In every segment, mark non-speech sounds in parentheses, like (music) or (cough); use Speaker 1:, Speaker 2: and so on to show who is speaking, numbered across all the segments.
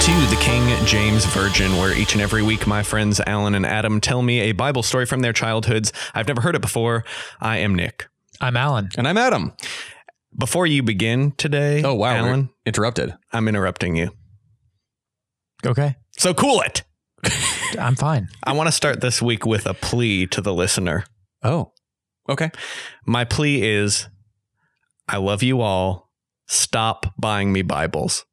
Speaker 1: to the King James Virgin, where each and every week my friends Alan and Adam tell me a Bible story from their childhoods. I've never heard it before. I am Nick.
Speaker 2: I'm Alan.
Speaker 3: And I'm Adam.
Speaker 1: Before you begin today,
Speaker 3: Oh wow, we're
Speaker 1: Alan,
Speaker 3: interrupted.
Speaker 1: I'm interrupting you.
Speaker 2: Okay.
Speaker 1: So cool it.
Speaker 2: I'm fine.
Speaker 1: I want to start this week with a plea to the listener.
Speaker 3: Oh, okay.
Speaker 1: My plea is I love you all. Stop buying me
Speaker 3: (laughs)
Speaker 1: Bibles.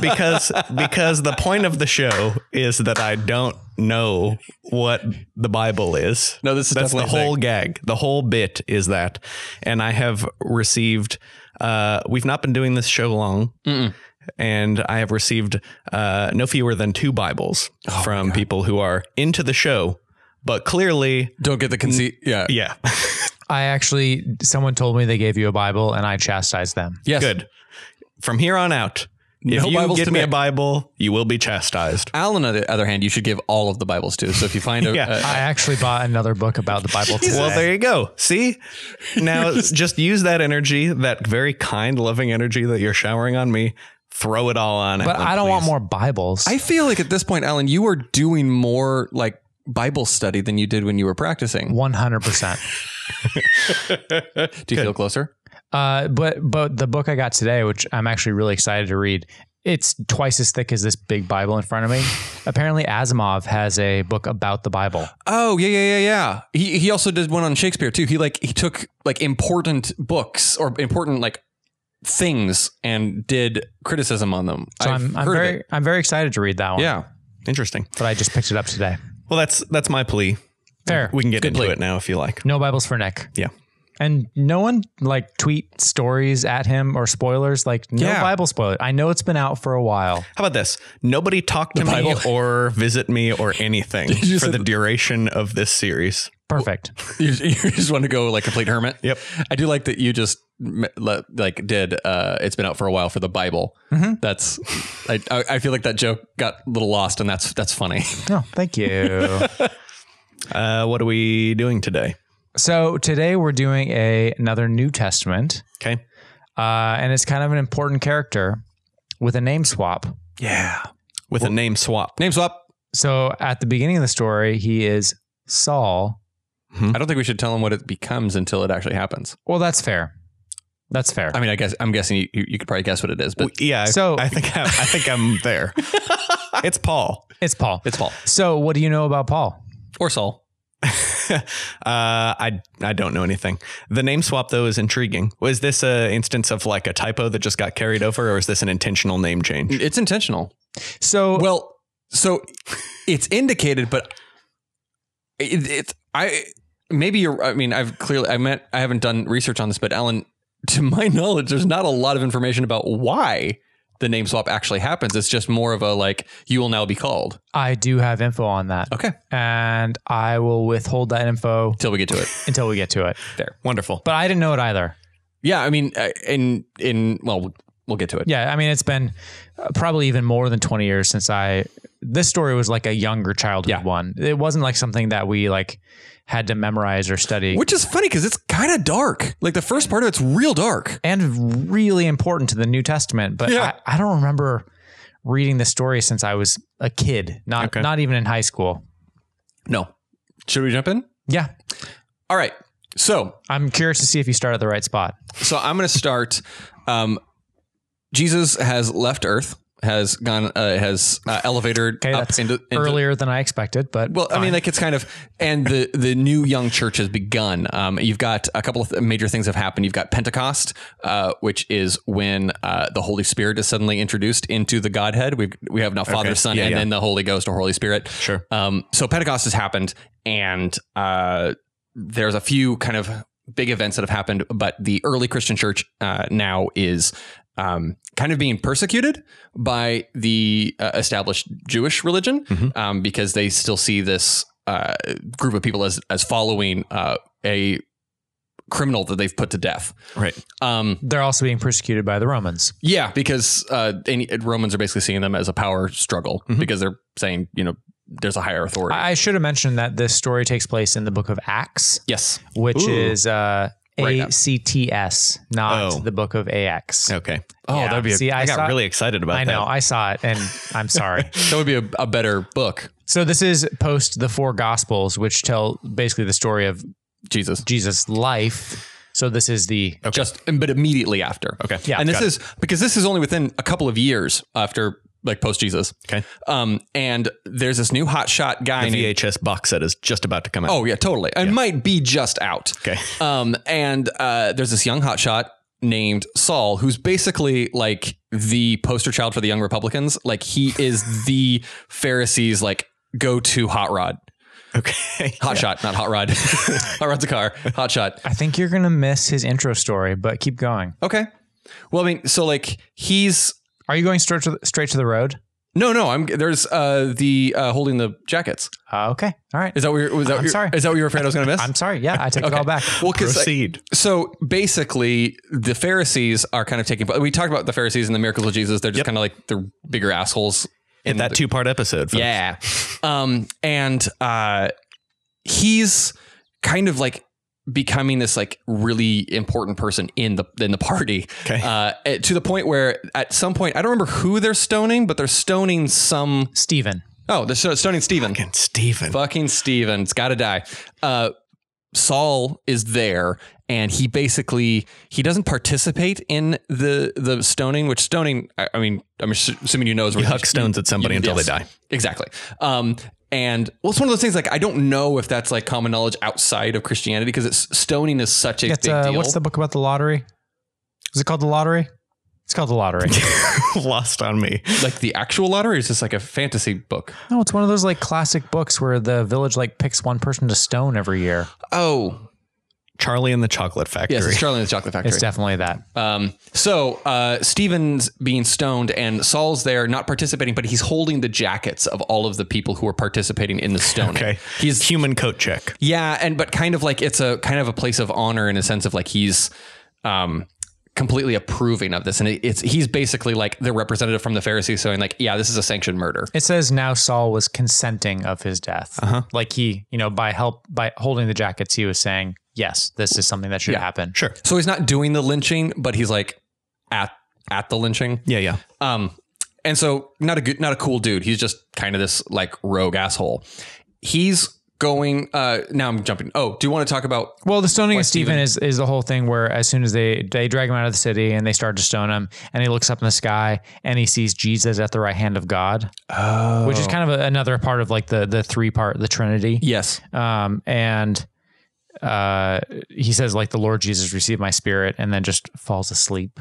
Speaker 1: because because the point of the show is that I don't know what the Bible is.
Speaker 3: No, this is
Speaker 1: That's the
Speaker 3: definitely a
Speaker 1: whole
Speaker 3: thing.
Speaker 1: gag. The whole bit is that. And I have received uh we've not been doing this show long.
Speaker 3: Mm-mm.
Speaker 1: And I have received uh, no fewer than two Bibles
Speaker 3: Oh,
Speaker 1: from
Speaker 3: God.
Speaker 1: people who are into the show, but clearly,
Speaker 3: Don't get the conceit. Yeah.
Speaker 1: yeah,
Speaker 2: I actually, someone told me they gave you a Bible and I chastised them.
Speaker 3: Yes.
Speaker 1: good. From here on out, if
Speaker 3: No
Speaker 1: you
Speaker 3: Bibles
Speaker 1: give
Speaker 3: to
Speaker 1: me a
Speaker 3: Nick.
Speaker 1: Bible, you will be chastised.
Speaker 3: Alan, on the other hand, you should give all of the Bibles to. So
Speaker 2: (laughs)
Speaker 3: if you find a,
Speaker 1: Yeah.
Speaker 3: a-
Speaker 2: I actually bought another book about the
Speaker 3: (laughs)
Speaker 2: Bible today.
Speaker 1: Well, there you go. See? Now just use that energy, that very kind, loving energy that you're showering on me. Throw it all on.
Speaker 2: but
Speaker 1: Alan,
Speaker 2: I don't want
Speaker 1: please.
Speaker 2: more Bibles.
Speaker 3: I feel like at this point, Alan, you are doing more like Bible study than you did when you were practicing.
Speaker 2: 100%.
Speaker 3: Do you feel closer?
Speaker 2: Uh, but but the book I got today, which I'm actually really excited to read, it's twice as thick as this big Bible in front of me. Apparently, Asimov has a book about the Bible.
Speaker 3: Oh yeah, yeah, yeah, yeah. He he also did one on Shakespeare too. He like he took like important books or important like things and did criticism on them.
Speaker 2: So
Speaker 3: I've
Speaker 2: I'm, I'm
Speaker 3: heard of
Speaker 2: very
Speaker 3: it.
Speaker 2: I'm very excited to read that one.
Speaker 3: yeah.
Speaker 1: Interesting.
Speaker 2: But I just picked it up today.
Speaker 1: Well, that's that's my plea.
Speaker 2: Fair.
Speaker 1: We can get
Speaker 3: Good
Speaker 1: into
Speaker 3: plea.
Speaker 1: it now if you like.
Speaker 2: No Bibles for Nick.
Speaker 1: Yeah.
Speaker 2: And no one like tweet stories at him or spoilers. Like no
Speaker 3: Yeah.
Speaker 2: Bible spoiler. I know it's been out for a while.
Speaker 1: How about this? Nobody talk to me
Speaker 3: Bible.
Speaker 1: or visit me
Speaker 3: (laughs)
Speaker 1: or anything
Speaker 3: You
Speaker 1: for
Speaker 3: said-
Speaker 1: the duration of this series.
Speaker 3: (laughs)
Speaker 2: Perfect.
Speaker 3: You, you just want to go like complete hermit.
Speaker 1: Yep.
Speaker 3: I do like that you just m- le- like did. Uh, it's been out for a while for the Bible. That's. I, I I feel like that joke got a little lost, and that's that's funny.
Speaker 2: No, thank you.
Speaker 1: Uh, what are we doing today?
Speaker 2: so today we're doing a another New Testament,
Speaker 1: Okay.
Speaker 2: uh, and it's kind of an important character with a name swap.
Speaker 3: Yeah.
Speaker 1: With a name swap.
Speaker 3: Name swap.
Speaker 2: So at the beginning of the story, he is Saul.
Speaker 3: I don't think we should tell him what it becomes until it actually happens.
Speaker 2: Well, that's fair. That's fair.
Speaker 3: I mean, I guess I'm guessing you, you, you could probably guess what it is, but
Speaker 1: Yeah. So
Speaker 2: So-
Speaker 1: I think I, I think I'm there. it's Paul. (laughs)
Speaker 2: It's Paul.
Speaker 3: it's Paul
Speaker 2: So what do you know about Paul?
Speaker 3: or Saul.
Speaker 1: uh, I I don't know anything. The name swap though is intriguing. Was this a instance of like a typo that just got carried over, or is this an intentional name change?
Speaker 3: It's intentional.
Speaker 2: So
Speaker 3: Well, so it's indicated, but it, it's I maybe you're. I mean, I've clearly I meant I haven't done research on this, but Alan, to my (laughs) knowledge, there's not a lot of information about why the name swap actually happens. It's just more of a like you will now be called.
Speaker 2: I do have info on that.
Speaker 3: Okay,
Speaker 2: and I will withhold that info
Speaker 3: till we get (laughs) to it.
Speaker 2: until we get to it.
Speaker 1: Wonderful.
Speaker 2: But I didn't know it either.
Speaker 3: Yeah, I mean, uh, in in well, we'll get to it.
Speaker 2: Yeah, I mean, it's been uh, probably even more than 20 years since I. This story was like a younger childhood
Speaker 3: Yeah.
Speaker 2: one. It wasn't like something that we like had to memorize or study.
Speaker 3: Which is funny because it's kind of dark. Like the first part of it's real dark.
Speaker 2: and really important to the New Testament, but
Speaker 3: Yeah.
Speaker 2: I, I don't remember reading the story since I was a kid, not
Speaker 1: Okay.
Speaker 2: not even in high school.
Speaker 3: No, should we jump in?
Speaker 2: Yeah,
Speaker 3: All right. So
Speaker 2: I'm curious to see if you start at the right spot.
Speaker 3: So I'm going to start. Um, Jesus has left Earth, has gone, uh, has uh, elevated
Speaker 2: Okay,
Speaker 3: up
Speaker 2: that's
Speaker 3: into, into
Speaker 2: earlier than I expected, but
Speaker 3: Well, I mean, like it's kind of, and the the new young church has begun. Um, you've got a couple of th- major things have happened. You've got Pentecost, uh, which is when uh, the Holy Spirit is suddenly introduced into the Godhead. We we have now Father,
Speaker 1: Okay.
Speaker 3: Son,
Speaker 1: Yeah,
Speaker 3: and
Speaker 1: yeah.
Speaker 3: then the Holy Ghost or Holy Spirit.
Speaker 1: Sure.
Speaker 3: Um, so Pentecost has happened, and uh, there's a few kind of big events that have happened, but the early Christian church uh, now is um, kind of being persecuted by the uh, established Jewish religion
Speaker 1: Mhm.
Speaker 3: um, because they still see this uh, group of people as as following uh, a criminal that they've put to death.
Speaker 1: Right.
Speaker 3: Um,
Speaker 2: they're also being persecuted by the Romans.
Speaker 3: yeah, because uh, any, Romans are basically seeing them as a power struggle
Speaker 1: Mhm.
Speaker 3: because they're saying, you know, there's a higher authority.
Speaker 2: I I should have mentioned that this story takes place in the book of Acts,
Speaker 3: yes.
Speaker 2: which
Speaker 1: Ooh.
Speaker 2: is uh,
Speaker 1: Right now.
Speaker 2: ACTS, not
Speaker 1: Oh.
Speaker 2: the Book of AX.
Speaker 1: Okay.
Speaker 3: Oh,
Speaker 2: Yeah.
Speaker 3: that'd be. A,
Speaker 2: See, I
Speaker 1: I got
Speaker 2: saw-
Speaker 1: really excited about
Speaker 2: I
Speaker 1: that.
Speaker 2: know. I saw it, and I'm
Speaker 1: (laughs)
Speaker 2: sorry.
Speaker 3: that would be a, a better book.
Speaker 2: so this is post the four Gospels, which tell basically the story of
Speaker 3: Jesus.
Speaker 2: Jesus' life. So this is the
Speaker 3: Just but immediately after.
Speaker 1: Okay.
Speaker 2: Yeah.
Speaker 3: and this
Speaker 1: Got it.
Speaker 3: is because this is only within a couple of years after like post Jesus.
Speaker 1: Okay.
Speaker 3: Um, and there's this new hotshot guy. named-
Speaker 1: The VHS box set is just about to come out.
Speaker 3: Oh yeah, totally. It might be just out.
Speaker 1: Okay. (laughs)
Speaker 3: Um, and uh, there's this young hotshot named Saul, who's basically like the poster child for the young Republicans. Like (laughs) he is the Pharisees, like go to hot rod,
Speaker 1: Okay.
Speaker 3: hot shot, not hot (laughs) rod. hot rod's a car. Hot shot.
Speaker 2: I think you're gonna miss his intro story, but keep going.
Speaker 3: Okay. Well, I mean, so like he's
Speaker 2: Are you going straight to the, straight to the road?
Speaker 3: no, no. I'm there's uh the uh holding the jackets.
Speaker 2: Uh, okay, all right.
Speaker 3: Is that what you're, was that
Speaker 2: I'm
Speaker 3: your-
Speaker 2: sorry.
Speaker 3: Is that what you were afraid I was going to miss?
Speaker 2: I'm sorry. Yeah, I take it all back.
Speaker 3: well, 'cause, like,
Speaker 1: Proceed.
Speaker 3: So basically, the Pharisees are kind of taking. But we talked about the Pharisees and the miracles of Jesus. They're just kind of like they're bigger assholes.
Speaker 1: In that two part episode. folks.
Speaker 3: Yeah. Um, and uh, he's kind of like becoming this like really important person in the in the party.
Speaker 1: Okay.
Speaker 3: Uh, eh, to the point where at some point I don't remember who they're stoning, but they're stoning some.
Speaker 2: Steven.
Speaker 3: Oh, they're sto- stoning Stephen.
Speaker 1: Fucking Steven.
Speaker 3: Fucking Steven. It's got to die. Uh, Saul is there and he basically he doesn't participate in the the stoning which stoning I, I mean I'm assu- assuming you know is where
Speaker 1: You huck stones at somebody until they die.
Speaker 3: exactly um and well it's one of those things like I don't know if that's like common knowledge outside of Christianity because it's stoning is such a
Speaker 2: It's,
Speaker 3: big
Speaker 2: uh,
Speaker 3: deal
Speaker 2: what's the book about the lottery? Is it called the lottery? It's called the lottery.
Speaker 1: (laughs) Lost on me.
Speaker 3: like the actual lottery or is this like a fantasy book
Speaker 2: (laughs) no, it's one of those like classic books where the village like picks one person to stone every year.
Speaker 3: oh
Speaker 1: Charlie and the Chocolate Factory.
Speaker 3: yes it's Charlie and the Chocolate Factory
Speaker 2: It's definitely that.
Speaker 3: Um, so uh, Steven's being stoned and Saul's there not participating, but he's holding the jackets of all of the people who are participating in the stoning.
Speaker 1: okay.
Speaker 3: He's
Speaker 1: human coat check.
Speaker 3: yeah, and but kind of like it's a kind of a place of honor in a sense of like he's um completely approving of this. And it, it's he's basically like the representative from the Pharisees saying, like, yeah, this is a sanctioned murder.
Speaker 2: It says now Saul was consenting of his death. Like he, you know, by help by holding the jackets, he was saying, "Yes, this is something that should happen."
Speaker 1: Sure.
Speaker 3: So he's not doing the lynching, but he's like at at the lynching.
Speaker 1: Yeah, yeah.
Speaker 3: Um, and so not a good, not a cool dude. He's just kind of this like rogue asshole. He's going. Uh, now I'm jumping. Oh, do you want to talk about?
Speaker 2: Well, the stoning
Speaker 3: Why
Speaker 2: of Stephen
Speaker 3: Stephen?
Speaker 2: is, is the whole thing where as soon as they they drag him out of the city and they start to stone him, and he looks up in the sky and he sees Jesus at the right hand of God,
Speaker 3: Oh,
Speaker 2: which is kind of a, another part of like the the three part the Trinity.
Speaker 3: yes.
Speaker 2: Um, and uh, he says like the Lord Jesus receive my spirit, and then just falls asleep.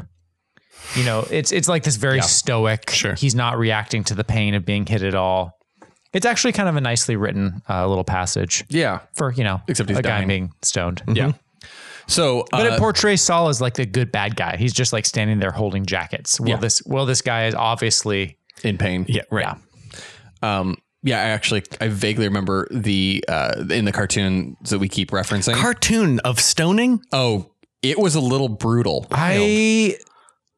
Speaker 2: You know, it's it's like this very stoic.
Speaker 1: Sure.
Speaker 2: he's not reacting to the pain of being hit at all. It's actually kind of a nicely written uh, little passage
Speaker 3: Yeah.
Speaker 2: for you know
Speaker 3: Except he's
Speaker 2: a guy
Speaker 3: dying.
Speaker 2: being stoned.
Speaker 3: Yeah. So,
Speaker 2: But
Speaker 3: uh,
Speaker 2: it portrays Saul as like the good bad guy. He's just like standing there holding jackets. Well,
Speaker 3: Yeah.
Speaker 2: this well, this guy is obviously
Speaker 3: in pain.
Speaker 1: Yeah, right.
Speaker 2: yeah.
Speaker 3: Um, yeah. I actually, I vaguely remember the uh, in the cartoon that we keep referencing.
Speaker 1: Cartoon of stoning?
Speaker 3: oh, it was a little brutal.
Speaker 2: I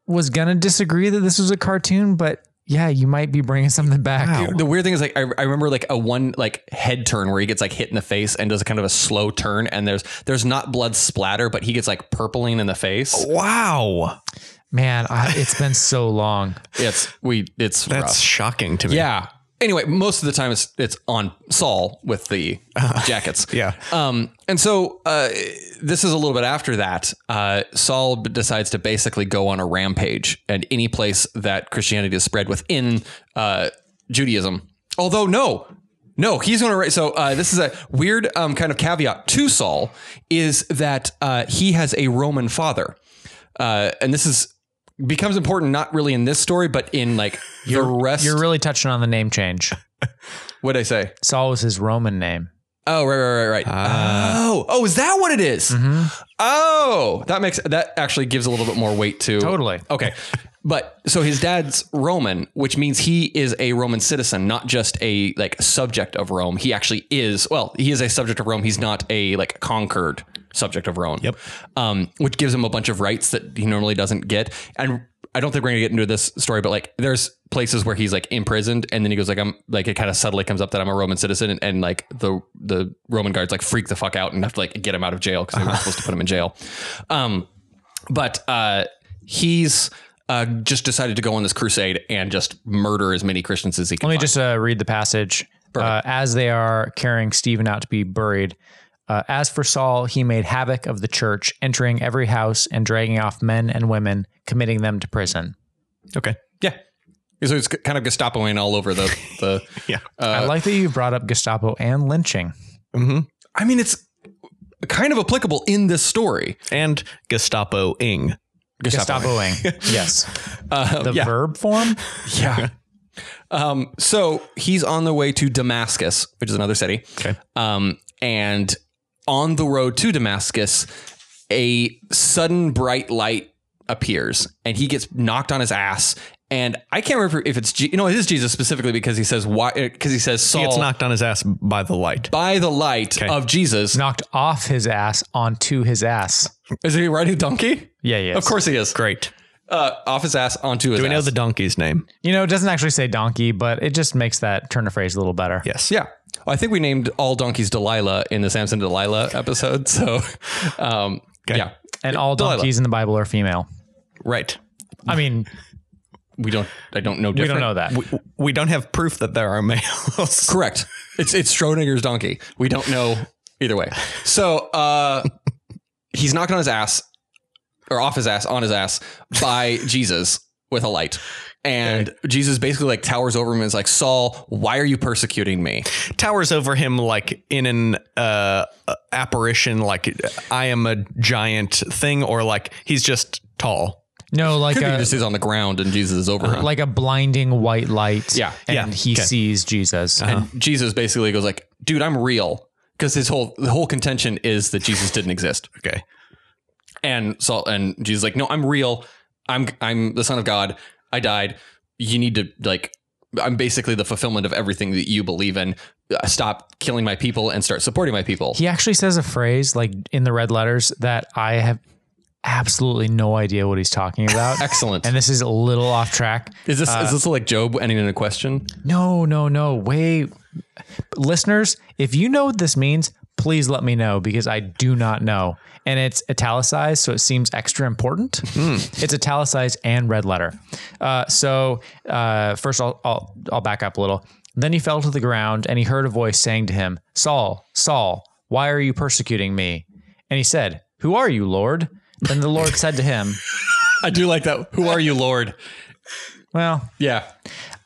Speaker 2: was gonna disagree that this was a cartoon, but yeah, you might be bringing something back.
Speaker 3: The weird thing is, like, I, I remember like a one like head turn where he gets like hit in the face and does a kind of a slow turn, and there's there's not blood splatter, but he gets like purpling in the face.
Speaker 1: Oh. Wow.
Speaker 2: Man, I, it's been so long.
Speaker 3: It's we it's
Speaker 1: That's
Speaker 3: rough.
Speaker 1: shocking to me.
Speaker 3: yeah. Anyway, most of the time it's it's on Saul with the jackets.
Speaker 1: Yeah.
Speaker 3: Um, and so uh, this is a little bit after that. Uh, Saul b- decides to basically go on a rampage, and any place that Christianity is spread within uh, Judaism. Although no, no, he's going to. So uh, this is a weird um, kind of caveat to Saul is that uh, he has a Roman father, uh, and this is becomes important not really in this story, but in like the rest.
Speaker 2: You're really touching on the name change.
Speaker 3: what would I say?
Speaker 2: Saul was his Roman name.
Speaker 3: Oh, right, right, right, right. oh, oh, is that what it is? Oh, that makes that actually gives a little bit more weight to
Speaker 2: Totally.
Speaker 3: Okay, but so his dad's Roman, which means he is a Roman citizen, not just a like subject of Rome. He actually is. Well, he is a subject of Rome. He's not a like conquered subject of Rome. Yep. Um, which gives him a bunch of rights that he normally doesn't get, and I don't think we're gonna get into this story, but like there's places where he's like imprisoned, and then he goes like I'm like it kind of subtly comes up that I'm a Roman citizen, and, and like the the Roman guards like freak the fuck out and have to like get him out of jail because they weren't supposed to put him in jail. Um, but uh, he's uh, just decided to go on this crusade and just murder as many Christians as he can.
Speaker 2: Let me
Speaker 3: find.
Speaker 2: just uh, read the passage. Uh,
Speaker 3: Perfect.
Speaker 2: as they are carrying Stephen out to be buried, uh, as for Saul, he made havoc of the church, entering every house and dragging off men and women, committing them to prison.
Speaker 1: Okay.
Speaker 3: yeah. So it's kind of Gestapoing all over the
Speaker 2: (laughs)
Speaker 3: the. uh,
Speaker 1: Yeah.
Speaker 2: I like that you brought up Gestapo and lynching.
Speaker 3: Mm-hmm.
Speaker 1: hmm
Speaker 3: I mean, it's kind of applicable in this story.
Speaker 1: And Gestapo ing.
Speaker 2: Gestapoing.
Speaker 3: (laughs)
Speaker 2: yes.
Speaker 3: Uh,
Speaker 2: The
Speaker 3: yeah.
Speaker 2: verb form?
Speaker 3: (laughs) Yeah. um, so he's on the way to Damascus, which is another city.
Speaker 1: Okay.
Speaker 3: Um, and on the road to Damascus, a sudden bright light appears and he gets knocked on his ass. And I can't remember if it's, Je- no, it is Jesus specifically because he says, why, because he says,
Speaker 1: He
Speaker 3: Saul,
Speaker 1: gets knocked on his ass by the light.
Speaker 3: by the light
Speaker 1: Okay.
Speaker 3: of Jesus.
Speaker 2: Knocked off his ass onto his ass.
Speaker 3: Is he riding a donkey?
Speaker 2: Yeah, yeah.
Speaker 3: Of course he is.
Speaker 1: Great.
Speaker 3: Uh, off his ass, onto his
Speaker 1: Do we know
Speaker 3: ass.
Speaker 1: the donkey's name?
Speaker 2: You know, it doesn't actually say donkey, but it just makes that turn of phrase a little better.
Speaker 1: Yes.
Speaker 3: Yeah. I think we named all donkeys Delilah in the Samson Delilah episode. So, um, yeah,
Speaker 2: And all
Speaker 3: Delilah.
Speaker 2: donkeys in the Bible are female.
Speaker 1: Right.
Speaker 2: I mean,
Speaker 3: we don't, I don't know.
Speaker 2: we
Speaker 3: Different.
Speaker 2: don't know that.
Speaker 1: We, we don't have proof that there are males.
Speaker 3: Correct. It's, it's Schrodinger's donkey. We don't know either way. So, uh, (laughs) he's knocked on his ass or off his ass, on his ass by (laughs) Jesus with a light. And Jesus basically like towers over him and is like, Saul, why are you persecuting me?
Speaker 1: (laughs) Towers over him like in an uh, apparition, like I am a giant thing, or like he's just tall.
Speaker 2: No, like
Speaker 3: (laughs)
Speaker 2: uh,
Speaker 3: He
Speaker 2: a,
Speaker 3: just is on the ground and Jesus is over him.
Speaker 2: like a blinding white light.
Speaker 3: Yeah.
Speaker 2: and
Speaker 1: Uh-huh. Yeah.
Speaker 2: he
Speaker 1: Okay. Uh-huh.
Speaker 2: sees Jesus.
Speaker 3: And Jesus basically goes like, "Dude, I'm real," because his whole the whole contention is that Jesus didn't exist.
Speaker 1: Okay.
Speaker 3: And Saul and Jesus is like, "No, I'm real. I'm I'm the Son of God. I died. You need to like." I'm basically the fulfillment of everything that you believe in. Uh, Stop killing my people and start supporting my people.
Speaker 2: He actually says a phrase like in the red letters that I have absolutely no idea what he's talking
Speaker 1: (laughs)
Speaker 2: about.
Speaker 3: Excellent.
Speaker 2: and uh, this is a little off track.
Speaker 3: is this is this like Job ending in a question?
Speaker 2: No, no, no. Wait. Listeners, if you know what this means, please let me know because I do not know. And it's italicized, so it seems extra important. It's italicized and red letter. Uh, so, uh, first, I'll, I'll, I'll back up a little. Then he fell to the ground and he heard a voice saying to him, Saul, Saul, why are you persecuting me? And he said, Who are you, Lord? Then the Lord said to him,
Speaker 3: I do like that. Who are you, Lord?
Speaker 2: Well,
Speaker 3: Yeah.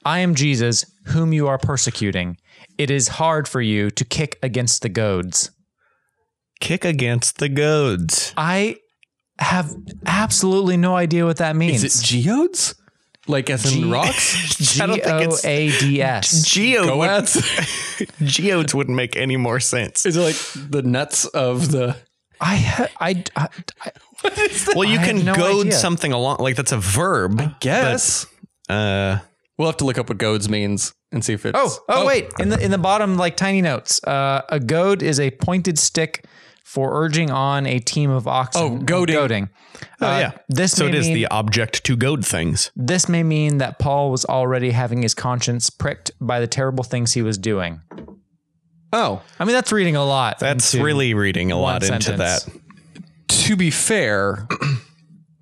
Speaker 2: I am Jesus, whom you are persecuting. It is hard for you to kick against the goads.
Speaker 1: Kick against the goads.
Speaker 2: I have absolutely no idea what that means.
Speaker 3: Is it geodes? Like as in
Speaker 2: Ge- (laughs)
Speaker 3: rocks?
Speaker 2: G
Speaker 1: I don't think
Speaker 2: O
Speaker 1: it's-
Speaker 2: A D S.
Speaker 1: Geode would,
Speaker 3: Goads?
Speaker 1: geodes wouldn't make any more sense.
Speaker 3: Is it like the nuts of the?
Speaker 2: I ha- I I I-
Speaker 1: Well, you
Speaker 2: I
Speaker 1: can
Speaker 2: have no
Speaker 1: goad
Speaker 2: idea.
Speaker 1: something along. Like that's a verb.
Speaker 3: Yes.
Speaker 1: but, uh,
Speaker 3: We'll have to look up what goads means and see if it's.
Speaker 2: oh, oh wait in the in the bottom like tiny notes. Uh, a goad is a pointed stick for urging on a team of oxen.
Speaker 3: Oh, goading.
Speaker 2: goading.
Speaker 3: Uh,
Speaker 2: Oh
Speaker 1: uh, yeah.
Speaker 2: This
Speaker 1: so
Speaker 2: may
Speaker 1: it is
Speaker 2: mean-
Speaker 1: the object to goad things.
Speaker 2: This may mean that Paul was already having his conscience pricked by the terrible things he was doing.
Speaker 3: Oh,
Speaker 2: I mean, that's reading a lot.
Speaker 1: That's
Speaker 2: into-
Speaker 1: really reading a lot into
Speaker 2: sentence.
Speaker 1: that.
Speaker 3: to be (clears throat) fair,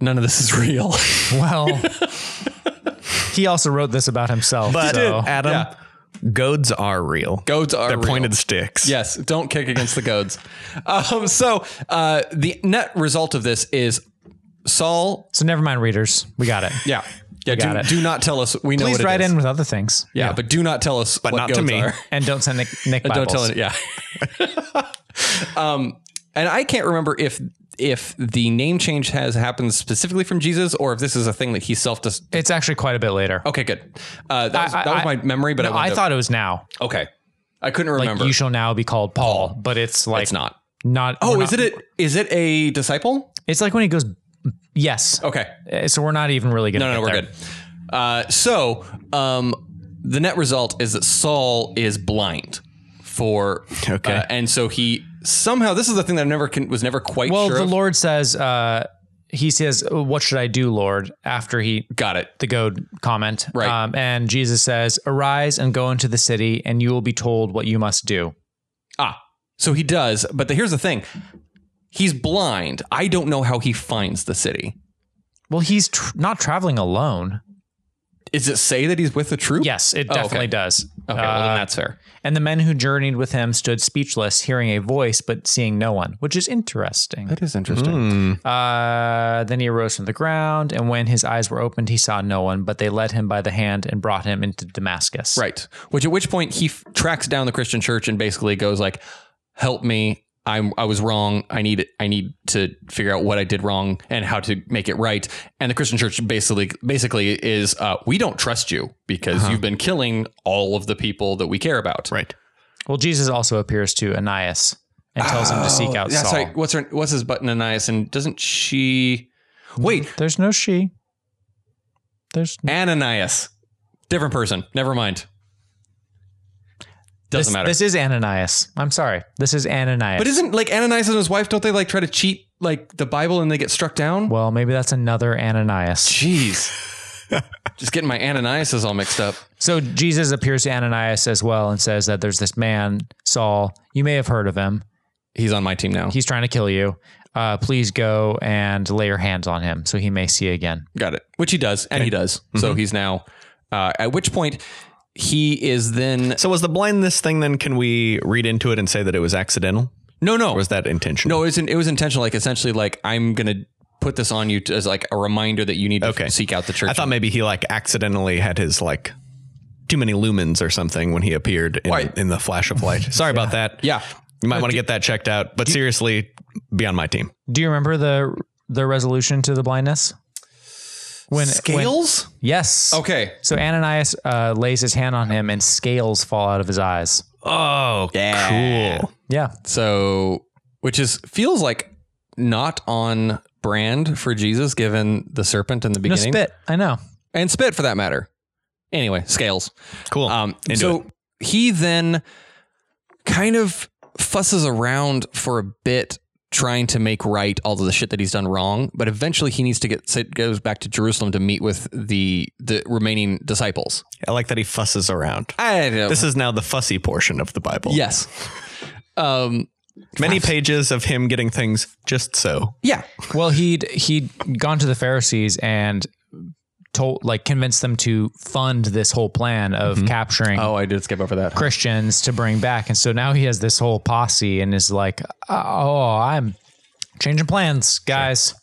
Speaker 3: none of this is real.
Speaker 2: well. he also wrote this about himself.
Speaker 1: But uh,
Speaker 2: so.
Speaker 1: Adam, goads are real.
Speaker 3: (laughs) Goads are
Speaker 1: They're
Speaker 3: real.
Speaker 1: pointed sticks.
Speaker 3: Yes, don't kick against the goads. (laughs) Um, so uh, the net result of this is Saul.
Speaker 2: so never mind, readers. We got it.
Speaker 3: Yeah, yeah.
Speaker 2: got
Speaker 3: Do,
Speaker 2: it.
Speaker 3: do not tell us. We know.
Speaker 2: Please
Speaker 3: what it
Speaker 2: write
Speaker 3: is.
Speaker 2: in with other things.
Speaker 3: Yeah, but do not tell us. But what
Speaker 1: not to
Speaker 3: goads
Speaker 1: me.
Speaker 3: Are.
Speaker 2: And don't send Nick, Nick
Speaker 3: (laughs) Don't
Speaker 2: Bibles.
Speaker 3: tell it. Yeah. um, and I can't remember if if the name change has happened specifically from Jesus or if this is a thing that he self just
Speaker 2: It's actually quite a bit later.
Speaker 3: Okay, good. Uh, that was,
Speaker 2: I-
Speaker 3: that was
Speaker 2: I-
Speaker 3: my memory, but
Speaker 2: No,
Speaker 3: I,
Speaker 2: I
Speaker 3: wanted to-
Speaker 2: thought it was now.
Speaker 3: okay, I couldn't
Speaker 2: Like
Speaker 3: remember.
Speaker 2: you shall now be called Paul, but it's like
Speaker 3: it's not.
Speaker 2: not.
Speaker 3: Oh,
Speaker 2: we're
Speaker 3: is
Speaker 2: not-
Speaker 3: it? A, is it a disciple?
Speaker 2: It's like when he goes. Yes.
Speaker 3: Okay,
Speaker 2: Uh, So we're not even really gonna.
Speaker 3: Oh. no, no, no
Speaker 2: get
Speaker 3: we're
Speaker 2: there.
Speaker 3: good. Uh, so, um, the net result is that Saul is blind for
Speaker 1: Okay.
Speaker 3: uh, and so he somehow this is the thing that I never can, was never quite
Speaker 2: Well,
Speaker 3: sure.
Speaker 2: the
Speaker 3: of.
Speaker 2: Lord says, uh, he says, "What should I do, Lord?" After he
Speaker 3: Got it.
Speaker 2: the goad comment,
Speaker 3: Right.
Speaker 2: Um, and Jesus says, "Arise and go into the city, and you will be told what you must do."
Speaker 3: Ah, so he does. But the, here's the thing he's blind. I don't know how he finds the city.
Speaker 2: Well, he's tr- not traveling alone.
Speaker 3: Does it say that he's with the troop?
Speaker 2: Yes, it
Speaker 3: Oh, okay.
Speaker 2: definitely does.
Speaker 3: Okay, well, then
Speaker 2: Uh,
Speaker 3: that's fair.
Speaker 2: and the men who journeyed with him stood speechless, hearing a voice but seeing no one, which is interesting.
Speaker 3: That is
Speaker 2: Hmm.
Speaker 3: interesting.
Speaker 2: Uh, then he arose from the ground, and when his eyes were opened, he saw no one, but they led him by the hand and brought him into Damascus.
Speaker 3: Right. Which at which point he f- tracks down the Christian church and basically goes like, "Help me! I'm I was wrong. I need I need to figure out what I did wrong and how to make it right." And the Christian church basically basically is, uh, "We don't trust you because you've been killing all of the people that we care about."
Speaker 1: Right.
Speaker 2: Well, Jesus also appears to Ananias and tells him to seek out
Speaker 3: Oh, That's
Speaker 2: Saul.
Speaker 3: right. What's her What's his button Ananias? And doesn't she? Wait,
Speaker 2: There's no she. There's
Speaker 3: Ananias, different person. Never mind. Doesn't
Speaker 2: this,
Speaker 3: matter.
Speaker 2: This is Ananias. I'm sorry. This is Ananias.
Speaker 3: But isn't like Ananias and his wife? Don't they like try to cheat like the Bible and they get struck down?
Speaker 2: well, maybe that's another Ananias.
Speaker 3: Jeez. (laughs) Just getting my Ananiases all mixed up.
Speaker 2: So Jesus appears to Ananias as well and says that there's this man, Saul. You may have heard of him.
Speaker 3: He's on my team now.
Speaker 2: He's trying to kill you. Uh, please go and lay your hands on him so he may see again.
Speaker 3: Got it. Which he does, and he does. So he's now. Uh, at which point, he is then.
Speaker 1: So was the blindness thing then? Can we read into it and say that it was accidental?
Speaker 3: No, no,
Speaker 1: Or was that intentional?
Speaker 3: no. It was, in, it was intentional. Like essentially, like I'm gonna put this on you to, as like a reminder that you need to
Speaker 1: Okay.
Speaker 3: seek out the church.
Speaker 1: I thought maybe he like accidentally had his like too many lumens or something when he appeared in,
Speaker 3: Right.
Speaker 1: in the flash of light. Sorry about that.
Speaker 3: yeah.
Speaker 1: You might want to get that checked out. But seriously, be on my team.
Speaker 2: Do you remember the the resolution to the blindness? When when-
Speaker 3: Scales.
Speaker 2: yes.
Speaker 3: okay.
Speaker 2: So Ananias uh, lays his hand on him, and scales fall out of his eyes.
Speaker 1: Oh,
Speaker 3: Yeah.
Speaker 1: cool.
Speaker 2: Yeah.
Speaker 3: So, which is feels like not on brand for Jesus, given the serpent in the
Speaker 2: No
Speaker 3: beginning,
Speaker 2: spit. I know.
Speaker 3: and spit for that matter. Anyway, scales.
Speaker 1: Cool.
Speaker 3: Um,
Speaker 1: Into
Speaker 3: so
Speaker 1: it.
Speaker 3: he then kind of fusses around for a bit, trying to make right all of the shit that he's done wrong. But eventually, he needs to get so it goes back to Jerusalem to meet with the the remaining disciples.
Speaker 1: I like that he fusses around.
Speaker 3: I don't know.
Speaker 1: This is now the fussy portion of the Bible.
Speaker 3: yes. (laughs) Um.
Speaker 1: Many pages of him getting things just so.
Speaker 3: Yeah.
Speaker 2: Well, he'd he'd gone to the Pharisees and told like convinced them to fund this whole plan of
Speaker 3: Mm-hmm.
Speaker 2: capturing
Speaker 3: Oh, I did skip over that.
Speaker 2: Christians to bring back, and so now he has this whole posse and is like, oh, I'm changing plans, guys.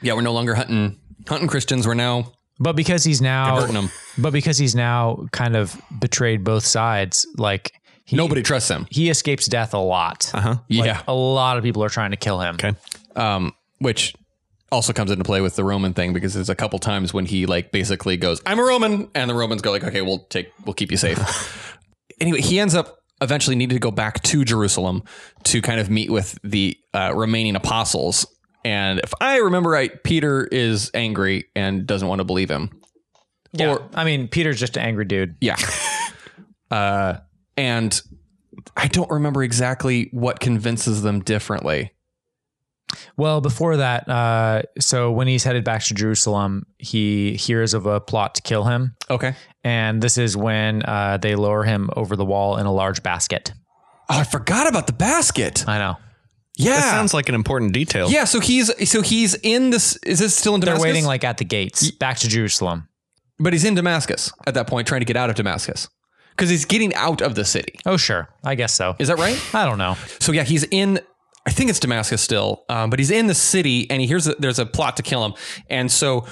Speaker 3: Yeah, we're no longer hunting hunting Christians. We're now
Speaker 2: But because he's now
Speaker 3: hurting them.
Speaker 2: But because he's now kind of betrayed both sides, like he
Speaker 3: Nobody trusts them.
Speaker 2: he escapes death a lot. Uh-huh.
Speaker 3: Yeah.
Speaker 2: A lot of people are trying to kill him.
Speaker 1: Okay.
Speaker 3: um, which also comes into play with the Roman thing because there's a couple times when he like basically goes, "I'm a Roman," and the Romans go like, "Okay, we'll take, we'll keep you safe." anyway, he ends up eventually needing to go back to Jerusalem to kind of meet with the uh, remaining apostles. And if I remember right, Peter is angry and doesn't want to believe him.
Speaker 2: Yeah.
Speaker 3: Or-
Speaker 2: I mean, Peter's just an angry dude.
Speaker 3: Yeah. (laughs) uh, and I don't remember exactly what convinces them differently.
Speaker 2: Well, before that, uh, so when he's headed back to Jerusalem, he hears of a plot to kill him,
Speaker 3: Okay.
Speaker 2: and this is when uh, they lower him over the wall in a large basket.
Speaker 3: Oh, I forgot about the basket.
Speaker 2: I know
Speaker 3: Yeah.
Speaker 1: That sounds like an important detail.
Speaker 3: Yeah, so he's so he's in this. Is this still in
Speaker 2: they're
Speaker 3: Damascus?
Speaker 2: waiting like at the gates back to Jerusalem.
Speaker 3: but he's in Damascus at that point, trying to get out of Damascus because he's getting out of the city.
Speaker 2: Oh, sure, I guess so.
Speaker 3: Is that right?
Speaker 2: I don't know.
Speaker 3: so yeah, he's in. I think it's Damascus still, um, but he's in the city, and he hears that there's a plot to kill him, and so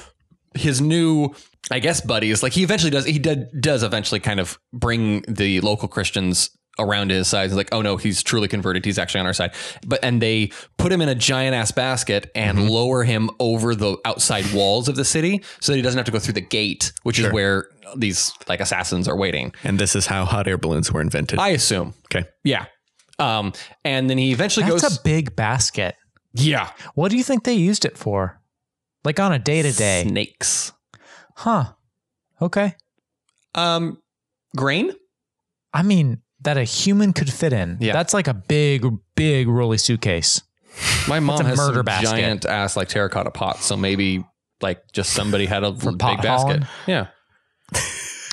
Speaker 3: his new, I guess, buddies. Like he eventually does. He did, does eventually kind of bring the local Christians around to his side. He's like, oh no, he's truly converted. He's actually on our side. But and they put him in a giant ass basket and
Speaker 2: Mm-hmm.
Speaker 3: lower him over the outside walls of the city, so that he doesn't have to go through the gate, which is where these like assassins are waiting.
Speaker 1: And this is how hot air balloons were invented.
Speaker 3: I assume.
Speaker 1: okay.
Speaker 3: Yeah. Um, and then he eventually
Speaker 2: That's
Speaker 3: goes.
Speaker 2: a big basket.
Speaker 3: yeah.
Speaker 2: What do you think they used it for? Like on a day to day,
Speaker 3: Snakes.
Speaker 2: huh? Okay.
Speaker 3: Um, grain.
Speaker 2: I mean, that a human could fit in.
Speaker 3: Yeah.
Speaker 2: That's like a big, big, rolly suitcase.
Speaker 3: My mom
Speaker 2: a
Speaker 3: has
Speaker 2: murder
Speaker 3: some
Speaker 2: basket?
Speaker 3: giant ass like terracotta pot, so maybe like just somebody had a big
Speaker 2: pot
Speaker 3: basket.
Speaker 2: hauling?
Speaker 3: Yeah,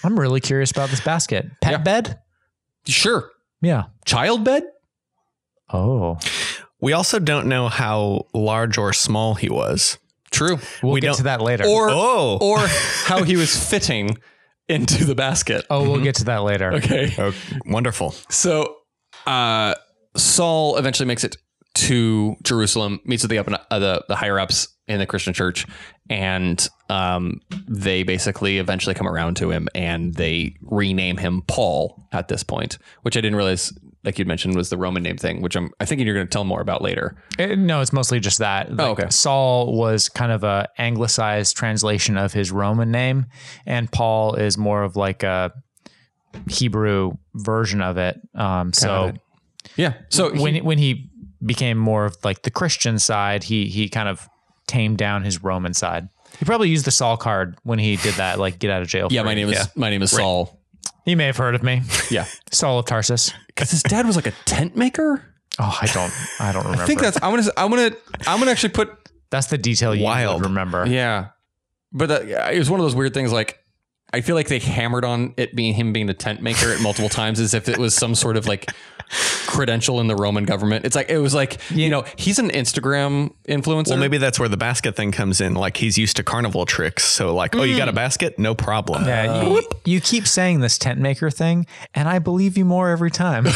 Speaker 2: I'm really curious about this basket. Pet
Speaker 3: Yeah.
Speaker 2: bed?
Speaker 3: sure.
Speaker 2: Yeah.
Speaker 3: Child bed?
Speaker 2: Oh.
Speaker 1: We also don't know how large or small he was.
Speaker 3: True.
Speaker 2: We'll
Speaker 1: We
Speaker 2: get
Speaker 1: don't-
Speaker 2: to that later.
Speaker 3: Or
Speaker 1: Oh.
Speaker 2: (laughs)
Speaker 3: or how he was fitting into the basket.
Speaker 2: oh, we'll get to that later.
Speaker 3: (laughs) Mm-hmm. Okay.
Speaker 1: Oh, wonderful.
Speaker 3: So uh, Saul eventually makes it to Jerusalem, meets with the up uh, the, the higher ups in the Christian church, and um, they basically eventually come around to him and they rename him Paul at this point, which I didn't realize, like you'd mentioned, was the Roman name thing, which I'm I thinking you're going to tell more about later.
Speaker 2: Eh, no, it's mostly just that. Like,
Speaker 3: Oh, okay.
Speaker 2: Saul was kind of a anglicized translation of his Roman name, and Paul is more of like a Hebrew version of it. Um, so
Speaker 3: Got Yeah. So he-
Speaker 2: when when he became more of like the Christian side, he he kind of tamed down his Roman side. He probably used the Saul card when he did that, like get out of jail.
Speaker 3: yeah,
Speaker 2: free.
Speaker 3: my name is my name is Saul.
Speaker 2: You may have heard of me,
Speaker 3: (laughs) Yeah,
Speaker 2: Saul of
Speaker 3: (laughs)
Speaker 2: Tarsus.
Speaker 3: because his dad was like a tent maker.
Speaker 2: Oh, I don't, I don't remember.
Speaker 3: I think that's I'm gonna I'm gonna I'm gonna actually put
Speaker 2: that's the detail you
Speaker 1: Wild.
Speaker 2: would remember.
Speaker 3: Yeah, but that, yeah, it was one of those weird things. Like, I feel like they hammered on it being him being the tent maker
Speaker 1: (laughs)
Speaker 3: at multiple times, as if it was some sort of like credential in the Roman government. It's like it was like you know he's an Instagram influencer.
Speaker 1: Well, maybe that's where the basket thing comes in. Like he's used to carnival tricks. So, like, oh, you
Speaker 3: Mm.
Speaker 1: got a basket? No problem.
Speaker 2: Yeah, you, you keep saying this tent maker thing, and I believe you more every
Speaker 3: (laughs)
Speaker 2: time. (laughs)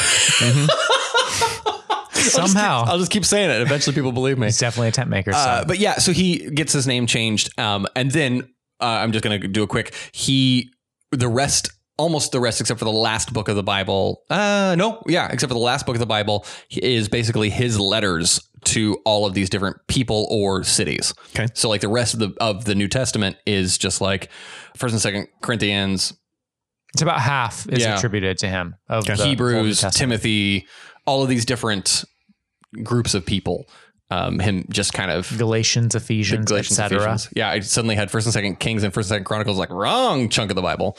Speaker 2: Somehow,
Speaker 3: I'll just keep saying it. Eventually, people believe
Speaker 1: (laughs)
Speaker 3: me.
Speaker 2: it's definitely a tent maker. so-
Speaker 3: Uh, but yeah, so he gets his name changed, um, and then uh, I'm just gonna do a quick. He the rest, almost the rest, except for the last book of the Bible. Uh, no, yeah, except for the last book of the Bible is basically his letters to all of these different people or cities.
Speaker 1: Okay.
Speaker 3: so like the rest of the of the New Testament is just like First and Second Corinthians,
Speaker 2: it's about half is
Speaker 3: yeah.
Speaker 2: attributed to him of the Old
Speaker 3: Hebrews,
Speaker 2: Testament.
Speaker 3: Timothy, all of these different groups of people. Um, him just kind of
Speaker 2: Galatians,
Speaker 3: The
Speaker 2: Ephesians,
Speaker 3: Galatians,
Speaker 2: etc.
Speaker 3: Ephesians. Yeah, I suddenly had first and second Kings and first and second Chronicles like wrong chunk of the Bible.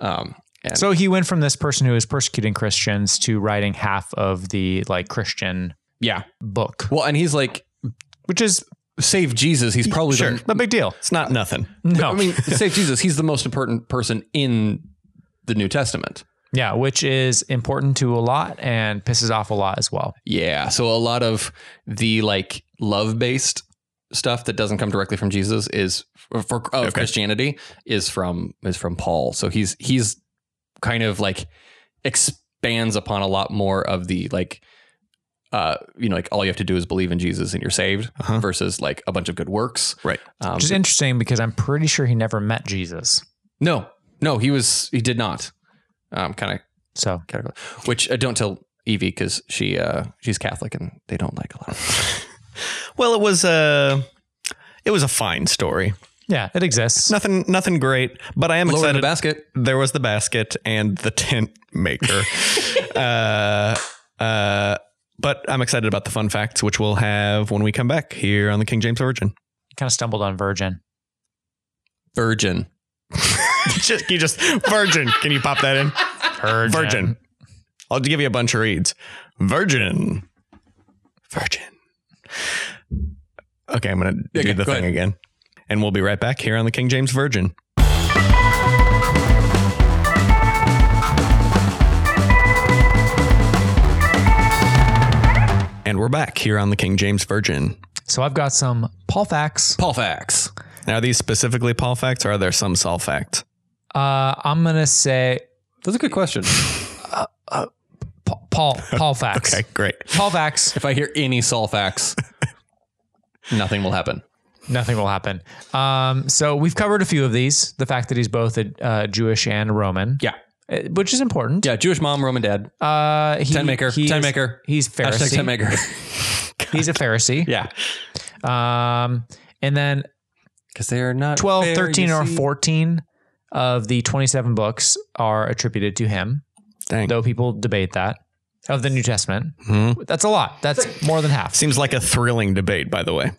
Speaker 3: Um, and
Speaker 2: So he went from this person who was persecuting Christians to writing half of the like Christian
Speaker 3: yeah,
Speaker 2: book,
Speaker 3: well, and he's like,
Speaker 2: which is
Speaker 3: save Jesus. He's probably
Speaker 1: Sure.
Speaker 3: the,
Speaker 2: a big deal.
Speaker 1: It's not nothing.
Speaker 2: No,
Speaker 3: I mean, save Jesus. He's the most important person in the New Testament.
Speaker 2: yeah, which is important to a lot and pisses off a lot as well.
Speaker 3: Yeah, so a lot of the like love based stuff that doesn't come directly from Jesus is for of
Speaker 1: Okay.
Speaker 3: Christianity is from is from Paul. So he's he's kind of like expands upon a lot more of the like uh you know like all you have to do is believe in Jesus and you're saved
Speaker 1: Uh-huh.
Speaker 3: versus like a bunch of good works.
Speaker 1: Right.
Speaker 3: Um,
Speaker 2: Which is interesting because I'm pretty sure he never met Jesus.
Speaker 3: no. No, he was he did not. Um kind of
Speaker 2: So
Speaker 3: category. Which uh, don't tell Evie cuz she uh she's Catholic and they don't like a lot. Of
Speaker 1: Well, it was a it was a fine story.
Speaker 2: yeah, it exists.
Speaker 1: Nothing nothing great, but I am
Speaker 3: Lower in the
Speaker 1: excited.
Speaker 3: basket.
Speaker 1: there was the basket and the tent
Speaker 3: (laughs)
Speaker 1: maker. uh, uh, but I'm excited about the fun facts, which we'll have when we come back here on the King James Origin.
Speaker 2: Kind of stumbled on Virgin.
Speaker 3: Virgin.
Speaker 1: (laughs) just you just virgin. Can you pop that in?
Speaker 2: Virgin.
Speaker 1: Virgin. I'll give you a bunch of reads. Virgin. Virgin. Okay, I'm gonna
Speaker 3: Okay,
Speaker 1: do the
Speaker 3: go
Speaker 1: thing
Speaker 3: ahead.
Speaker 1: again. And we'll be right back here on the King James Virgin. And we're back here on the King James Virgin.
Speaker 2: So I've got some Paul facts.
Speaker 3: Paul Fax.
Speaker 1: Now, are these specifically Paul facts, or are there some Saul facts?
Speaker 2: Uh, I'm gonna say
Speaker 3: That's a good question.
Speaker 2: Pa- Paul Paul facts.
Speaker 1: Okay, great.
Speaker 2: Paul facts.
Speaker 3: (laughs) if I hear any Saul facts, nothing will happen.
Speaker 2: Nothing will happen. Um, so we've covered a few of these. The fact that he's both a, uh, Jewish and Roman.
Speaker 3: Yeah.
Speaker 2: Uh, Which is important.
Speaker 3: Yeah. Jewish mom, Roman dad.
Speaker 2: Uh, he,
Speaker 3: Tent maker.
Speaker 2: he
Speaker 3: Tent
Speaker 2: is-
Speaker 3: maker.
Speaker 2: He's
Speaker 3: Hashtag
Speaker 2: Pharisee.
Speaker 3: tent maker. (laughs)
Speaker 2: He's a Pharisee.
Speaker 3: yeah.
Speaker 2: Um, and then
Speaker 3: Because they are not
Speaker 2: 12,
Speaker 3: fair,
Speaker 2: 13,
Speaker 3: you
Speaker 2: or
Speaker 3: see.
Speaker 2: 14 of the 27 books are attributed to him,
Speaker 1: Dang.
Speaker 2: though people debate that of the New Testament.
Speaker 1: Hmm.
Speaker 2: That's a lot. That's more than half.
Speaker 1: Seems like a thrilling debate, by the way.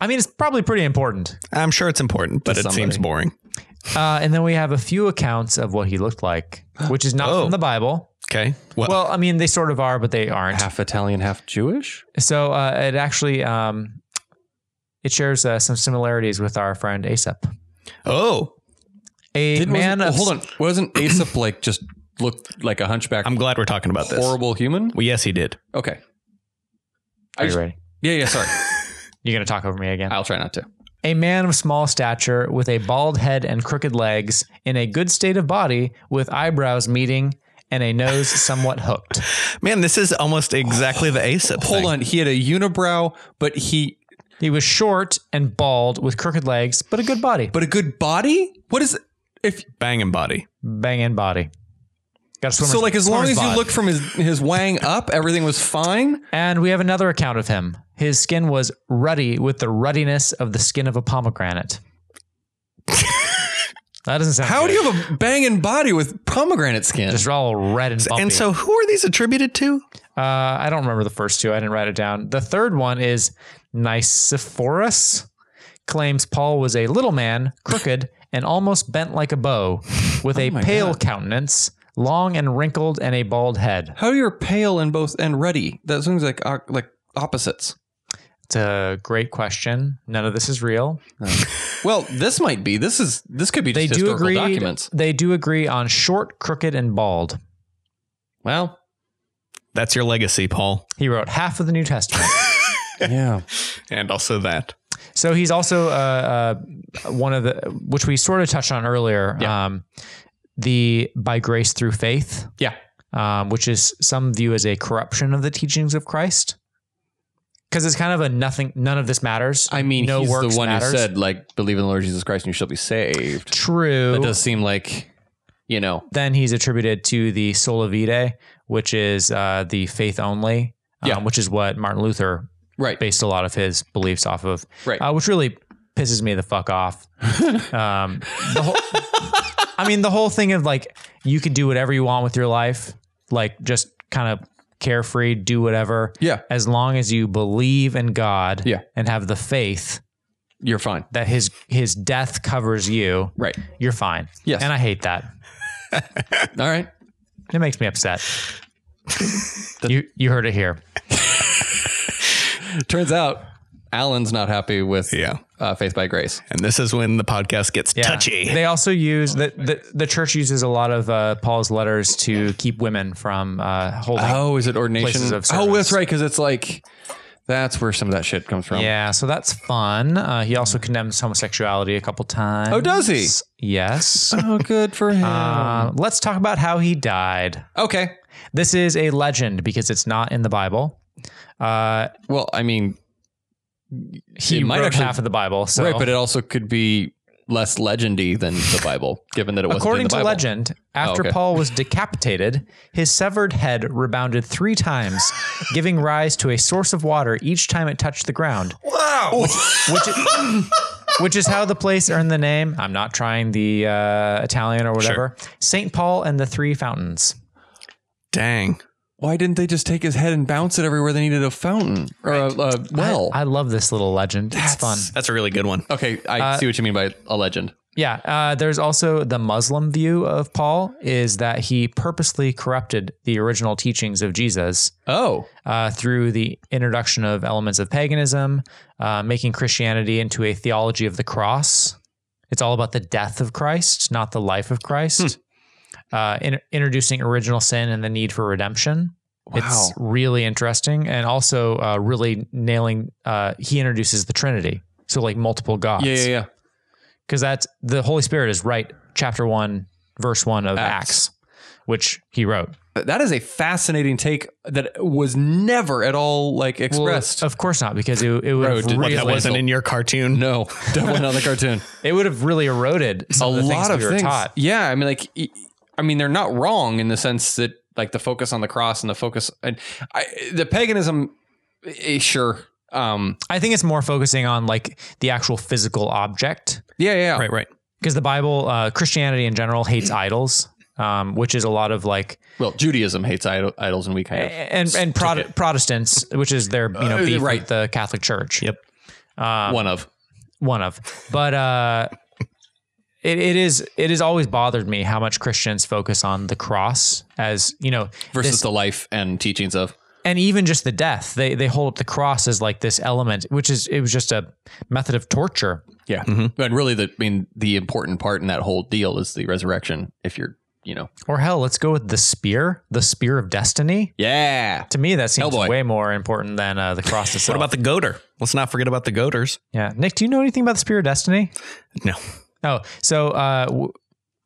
Speaker 2: I mean, it's probably pretty important.
Speaker 1: I'm sure it's important, but
Speaker 3: To
Speaker 1: it
Speaker 3: somebody.
Speaker 1: seems boring.
Speaker 2: Uh, and then we have a few accounts of what he looked like, which is not
Speaker 1: Oh.
Speaker 2: from the Bible.
Speaker 1: Okay.
Speaker 2: Well, I mean, they sort of are, but they aren't.
Speaker 3: half Italian, half Jewish.
Speaker 2: So uh, it actually um, it shares uh, some similarities with our friend Aesop.
Speaker 1: oh,
Speaker 2: A
Speaker 3: Didn't-
Speaker 2: man
Speaker 3: wasn't-
Speaker 2: of
Speaker 3: hold on, (clears throat) wasn't Aesop like just looked like a hunchback,
Speaker 1: I'm glad we're talking about this.
Speaker 3: horrible human?
Speaker 1: Well, yes, he did.
Speaker 3: Okay,
Speaker 2: Are
Speaker 3: I
Speaker 2: you
Speaker 3: just-
Speaker 2: ready?
Speaker 3: yeah, yeah. Sorry,
Speaker 2: You're gonna talk over me again.
Speaker 3: (laughs) I'll try not to.
Speaker 2: A man of small stature, with a bald head and crooked legs, in a good state of body, with eyebrows meeting and a nose somewhat hooked.
Speaker 1: Man, this is almost exactly the Aesop.
Speaker 3: Hold
Speaker 1: thing.
Speaker 3: on, he had a unibrow, but he
Speaker 2: He was short and bald, with crooked legs, but a good body,
Speaker 3: but a good body. What is if
Speaker 1: Banging body.
Speaker 2: banging body. Got a swimmer's,
Speaker 3: so like as long
Speaker 2: swimmer's
Speaker 3: as you
Speaker 2: bod.
Speaker 3: looked from his his wang up, everything was fine.
Speaker 2: And we have another account of him. His skin was ruddy with the ruddiness of the skin of a pomegranate. (laughs) that doesn't sound
Speaker 3: How
Speaker 2: good.
Speaker 3: do you have a banging body with pomegranate skin?
Speaker 2: Just all red and bumpy.
Speaker 1: And so, who are these attributed to?
Speaker 2: uh, I don't remember the first two. I didn't write it down. The third one is Nicephorus claims Paul was a little man, crooked and almost bent like a bow, with a
Speaker 3: (laughs) Oh my
Speaker 2: pale countenance, long and wrinkled, and a bald head.
Speaker 3: How you're pale and both and ruddy? That sounds like uh, like opposites.
Speaker 2: It's a great question. None of this is real.
Speaker 3: Well, this might be. This is this could be just
Speaker 2: they do
Speaker 3: historical
Speaker 2: agree.
Speaker 3: documents.
Speaker 2: They do agree on short, crooked, and bald.
Speaker 3: Well,
Speaker 1: That's your legacy, Paul,
Speaker 2: He wrote half of the New Testament,
Speaker 3: yeah.
Speaker 1: and also that.
Speaker 2: so he's also uh, uh, one of the which we sort of touched on earlier. Um, the by grace through faith,
Speaker 3: Yeah.
Speaker 2: um, which is some view as a corruption of the teachings of Christ, because it's kind of a nothing. None of this matters.
Speaker 3: I mean,
Speaker 2: no
Speaker 3: he's
Speaker 2: works
Speaker 3: the one
Speaker 2: matters.
Speaker 3: who said like, "Believe in the Lord Jesus Christ, and you shall be saved."
Speaker 2: True.
Speaker 3: That does seem like, you know,
Speaker 2: then he's attributed to the sola vitae, which is uh, the faith only, um,
Speaker 3: Yeah.
Speaker 2: which is what Martin Luther
Speaker 3: right?
Speaker 2: based a lot of his beliefs off of,
Speaker 3: Right.
Speaker 2: uh, which really pisses me the fuck
Speaker 3: (laughs)
Speaker 2: off. um, the whole, I mean, the whole thing of like you can do whatever you want with your life, like just kind of carefree, do whatever,
Speaker 3: Yeah,
Speaker 2: as long as you believe in God
Speaker 3: Yeah.
Speaker 2: and have the faith
Speaker 3: you're fine.
Speaker 2: that his his death covers you,
Speaker 3: Right.
Speaker 2: you're fine.
Speaker 3: Yes.
Speaker 2: and I hate that.
Speaker 3: All right.
Speaker 2: It makes me
Speaker 3: (laughs)
Speaker 2: upset. you you heard it here.
Speaker 3: It turns out Alan's not happy with
Speaker 1: Yeah.
Speaker 3: uh, faith by grace.
Speaker 1: And this is when the podcast gets touchy.
Speaker 2: They also use the, the the church uses a lot of uh, Paul's letters to keep women from uh, holding.
Speaker 3: Oh, is it
Speaker 2: Places
Speaker 3: ordination?
Speaker 2: of
Speaker 3: Oh,
Speaker 2: service.
Speaker 3: that's right. Because it's like that's where some of that shit comes from.
Speaker 2: Yeah, so that's fun. Uh, he also condemns homosexuality a couple times.
Speaker 3: Oh, does he?
Speaker 2: Yes.
Speaker 3: (laughs) Oh, good for him.
Speaker 2: Uh, let's talk about how he died.
Speaker 3: okay.
Speaker 2: This is a legend because it's not in the Bible. Uh,
Speaker 3: Well, I mean,
Speaker 2: he
Speaker 3: It might
Speaker 2: wrote
Speaker 3: actually-
Speaker 2: half of the Bible. So,
Speaker 3: right, but it also could be less legendy than the Bible, given that it wasn't
Speaker 2: according
Speaker 3: in the
Speaker 2: to
Speaker 3: Bible. Oh,
Speaker 2: legend, after
Speaker 3: okay.
Speaker 2: Paul was decapitated, his severed head rebounded three
Speaker 3: (laughs)
Speaker 2: times, giving rise to a source of water each time it touched the ground.
Speaker 1: Wow.
Speaker 2: which is, which is how the place earned the name. I'm not trying the uh, Italian or whatever. St. Paul and the Three Fountains.
Speaker 1: Dang.
Speaker 3: Why didn't they just take his head and bounce it everywhere they needed a fountain or a, a well?
Speaker 2: I love this little legend. it's fun.
Speaker 1: That's a really good one.
Speaker 3: okay, I see what you mean by a legend.
Speaker 2: Yeah. Uh, there's also the Muslim view of Paul is that he purposely corrupted the original teachings of Jesus
Speaker 3: Oh,
Speaker 2: uh, through the introduction of elements of paganism, uh, making Christianity into a theology of the cross. It's all about the death of Christ, not the life of Christ.
Speaker 3: Hmm.
Speaker 2: Uh, in- introducing original sin and the need for redemption. It's really interesting, and also uh, really nailing. Uh, he introduces the Trinity, so like multiple gods.
Speaker 3: yeah, yeah, yeah.
Speaker 2: Because that's the Holy Spirit is right. Chapter one, verse one of
Speaker 3: Acts.
Speaker 2: Acts which he wrote.
Speaker 3: That is a fascinating take that was never at all like expressed.
Speaker 2: Of course not, because it, it would have
Speaker 3: Road to-
Speaker 1: What,
Speaker 2: really
Speaker 1: that wasn't in your cartoon?
Speaker 3: no, (laughs) definitely not the cartoon.
Speaker 2: It would have really eroded some of the things we were taught.
Speaker 3: Yeah, I mean, like, e- I mean, they're not wrong in the sense that like the focus on the cross and the focus and I, the paganism, eh, sure. Um,
Speaker 2: I think it's more focusing on like the actual physical object
Speaker 3: yeah, yeah, yeah.
Speaker 1: Right, right.
Speaker 2: because the Bible, uh, Christianity in general, hates idols, um, which is a lot of like
Speaker 3: Well, Judaism hates idol- idols, and we kind of
Speaker 2: and and Prot- Protestants, which is their you know
Speaker 3: Uh,
Speaker 2: beef
Speaker 3: right.
Speaker 2: with the Catholic Church.
Speaker 1: Yep.
Speaker 2: Um,
Speaker 3: one of.
Speaker 2: one of, but uh, it, it is it has always bothered me how much Christians focus on the cross as you know
Speaker 3: versus
Speaker 2: this-
Speaker 3: the life and teachings of.
Speaker 2: and even just the death they they hold up the cross as like this element which is it was just a method of torture
Speaker 3: Yeah, and really, the I mean, the important part in that whole deal is the resurrection. If you're, you know,
Speaker 2: or hell let's go with the spear the spear of destiny
Speaker 3: yeah,
Speaker 2: to me that seems
Speaker 3: Hellboy.
Speaker 2: way more important than uh, the
Speaker 3: (laughs)
Speaker 2: cross
Speaker 1: What
Speaker 2: itself
Speaker 1: about the goader? Let's not forget about the goaders.
Speaker 2: yeah Nick do you know anything about the spear of destiny
Speaker 1: No.
Speaker 2: oh so uh w-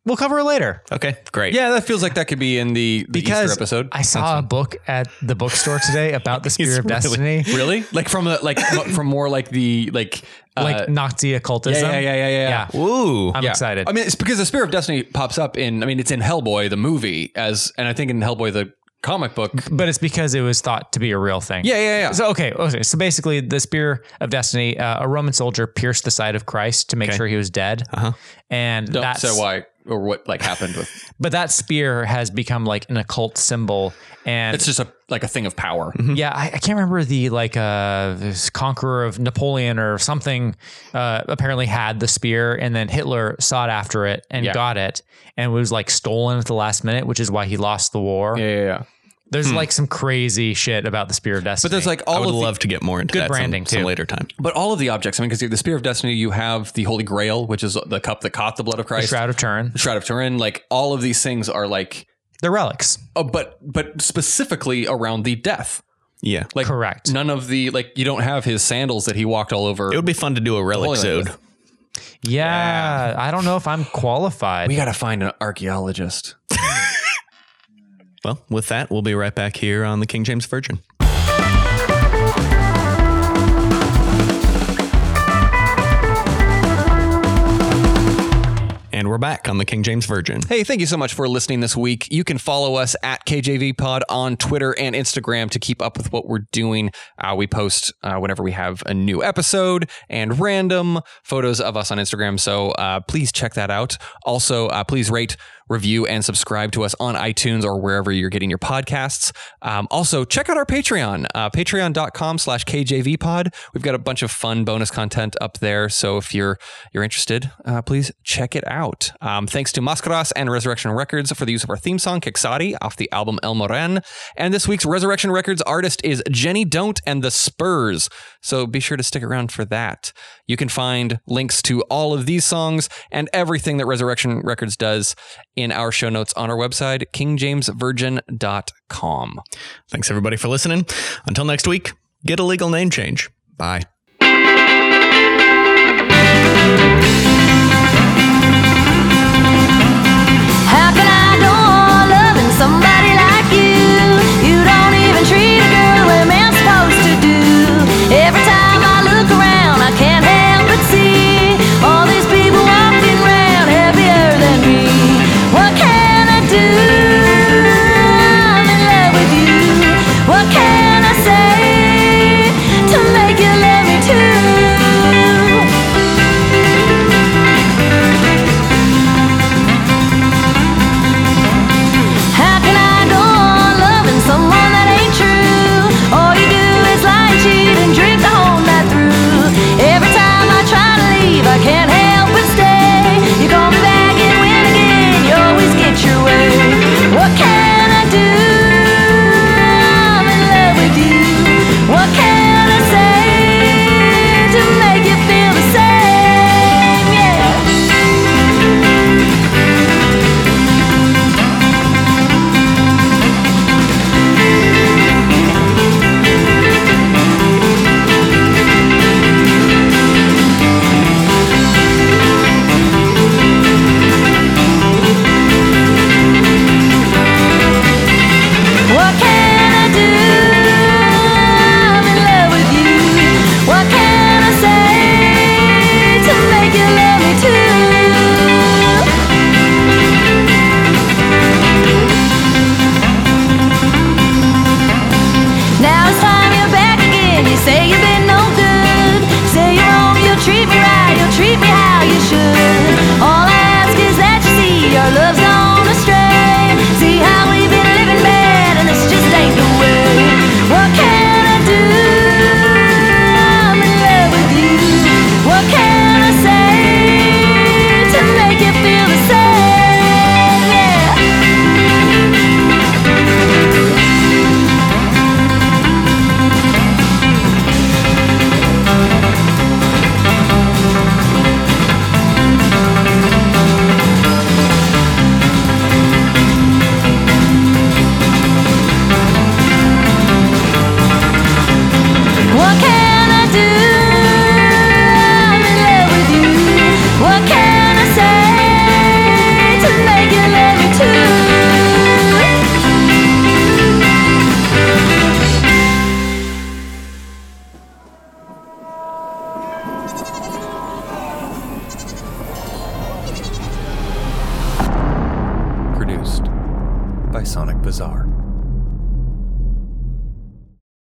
Speaker 2: we'll cover it later
Speaker 1: Okay, great.
Speaker 3: yeah, that feels like that could be in the, the
Speaker 2: because
Speaker 3: Easter episode.
Speaker 2: I saw a book at the bookstore today about
Speaker 3: (laughs)
Speaker 2: the spear of
Speaker 1: really-
Speaker 2: destiny
Speaker 3: really, like from the
Speaker 2: (laughs)
Speaker 3: like mo- from more like the like uh,
Speaker 2: like Nazi occultism
Speaker 3: yeah, yeah, yeah, yeah, yeah.
Speaker 2: yeah.
Speaker 1: Ooh.
Speaker 2: I'm
Speaker 3: Yeah.
Speaker 2: excited.
Speaker 3: I mean, it's because the Spear of Destiny pops up in. I mean, it's in Hellboy the movie as, and I think in Hellboy the comic book.
Speaker 2: but it's because it was thought to be a real thing.
Speaker 3: Yeah, yeah, yeah.
Speaker 2: So okay, okay. So basically, the spear of destiny, uh, a Roman soldier pierced the side of Christ to make sure he was dead, uh-huh. and
Speaker 3: Don't
Speaker 2: that's
Speaker 3: say why or what like happened with.
Speaker 2: but that spear has become like an occult symbol, and
Speaker 3: It's just a like a thing of power.
Speaker 2: (laughs) yeah, I, I can't remember the like uh, this conqueror of Napoleon or something. Uh, apparently had the spear, and then Hitler sought after it and
Speaker 3: Yeah.
Speaker 2: got it, and was like stolen at the last minute, which is why he lost the war.
Speaker 3: Yeah, yeah, yeah.
Speaker 2: There's like some crazy shit about the spear of destiny.
Speaker 3: But there's like all
Speaker 1: I would
Speaker 3: of the-
Speaker 1: love to get more into
Speaker 2: Good
Speaker 1: that some-
Speaker 2: branding,
Speaker 1: some,
Speaker 2: too.
Speaker 1: later time.
Speaker 3: But all of the objects, I mean, because the Spear of Destiny, you have the Holy Grail, which is the cup that caught the blood of
Speaker 2: the
Speaker 3: Christ,
Speaker 2: Shroud of Turin.
Speaker 3: the Shroud of Turin. Like all of these things are like,
Speaker 2: They're relics.
Speaker 3: oh, but but specifically around the death.
Speaker 1: Yeah.
Speaker 3: Like
Speaker 2: Correct.
Speaker 3: None of the like you don't have his sandals that he walked all over.
Speaker 1: It would be fun to do a relic
Speaker 3: Holy Land
Speaker 1: zode.
Speaker 3: with.
Speaker 2: Yeah, I don't know if I'm qualified.
Speaker 3: we got to find an archaeologist.
Speaker 1: Well, with that, we'll be right back here on the King James Virgin. And we're back on the King James Virgin.
Speaker 3: Hey, thank you so much for listening this week. You can follow us at KJV Pod on Twitter and Instagram to keep up with what we're doing. Uh, we post uh, whenever we have a new episode and random photos of us on Instagram. So uh, please check that out. Also, uh, please rate, review, and subscribe to us on iTunes or wherever you're getting your podcasts. Um, also, check out our Patreon, uh, patreon.com slash KJV Pod. We've got a bunch of fun bonus content up there. So if you're you're interested, uh, please check it out. Um, thanks to Mascaras and Resurrection Records for the use of our theme song, Quixote, off the album El Moren. And this week's Resurrection Records artist is Jenny Don't and the Spurs. So be sure to stick around for that. You can find links to all of these songs and everything that Resurrection Records does in our show notes on our website, kingjamesvirgin.com.
Speaker 1: Thanks, everybody, for listening. Until next week, get a legal name change. Bye.
Speaker 4: How can I adore loving somebody like you? You don't even treat a girl the way a man's supposed to do. Every time I look around, I can't help but see all these people walking around heavier than me. What can I do? I'm in love with you. What can I say to make you love me too?
Speaker 3: Sonic Bazaar.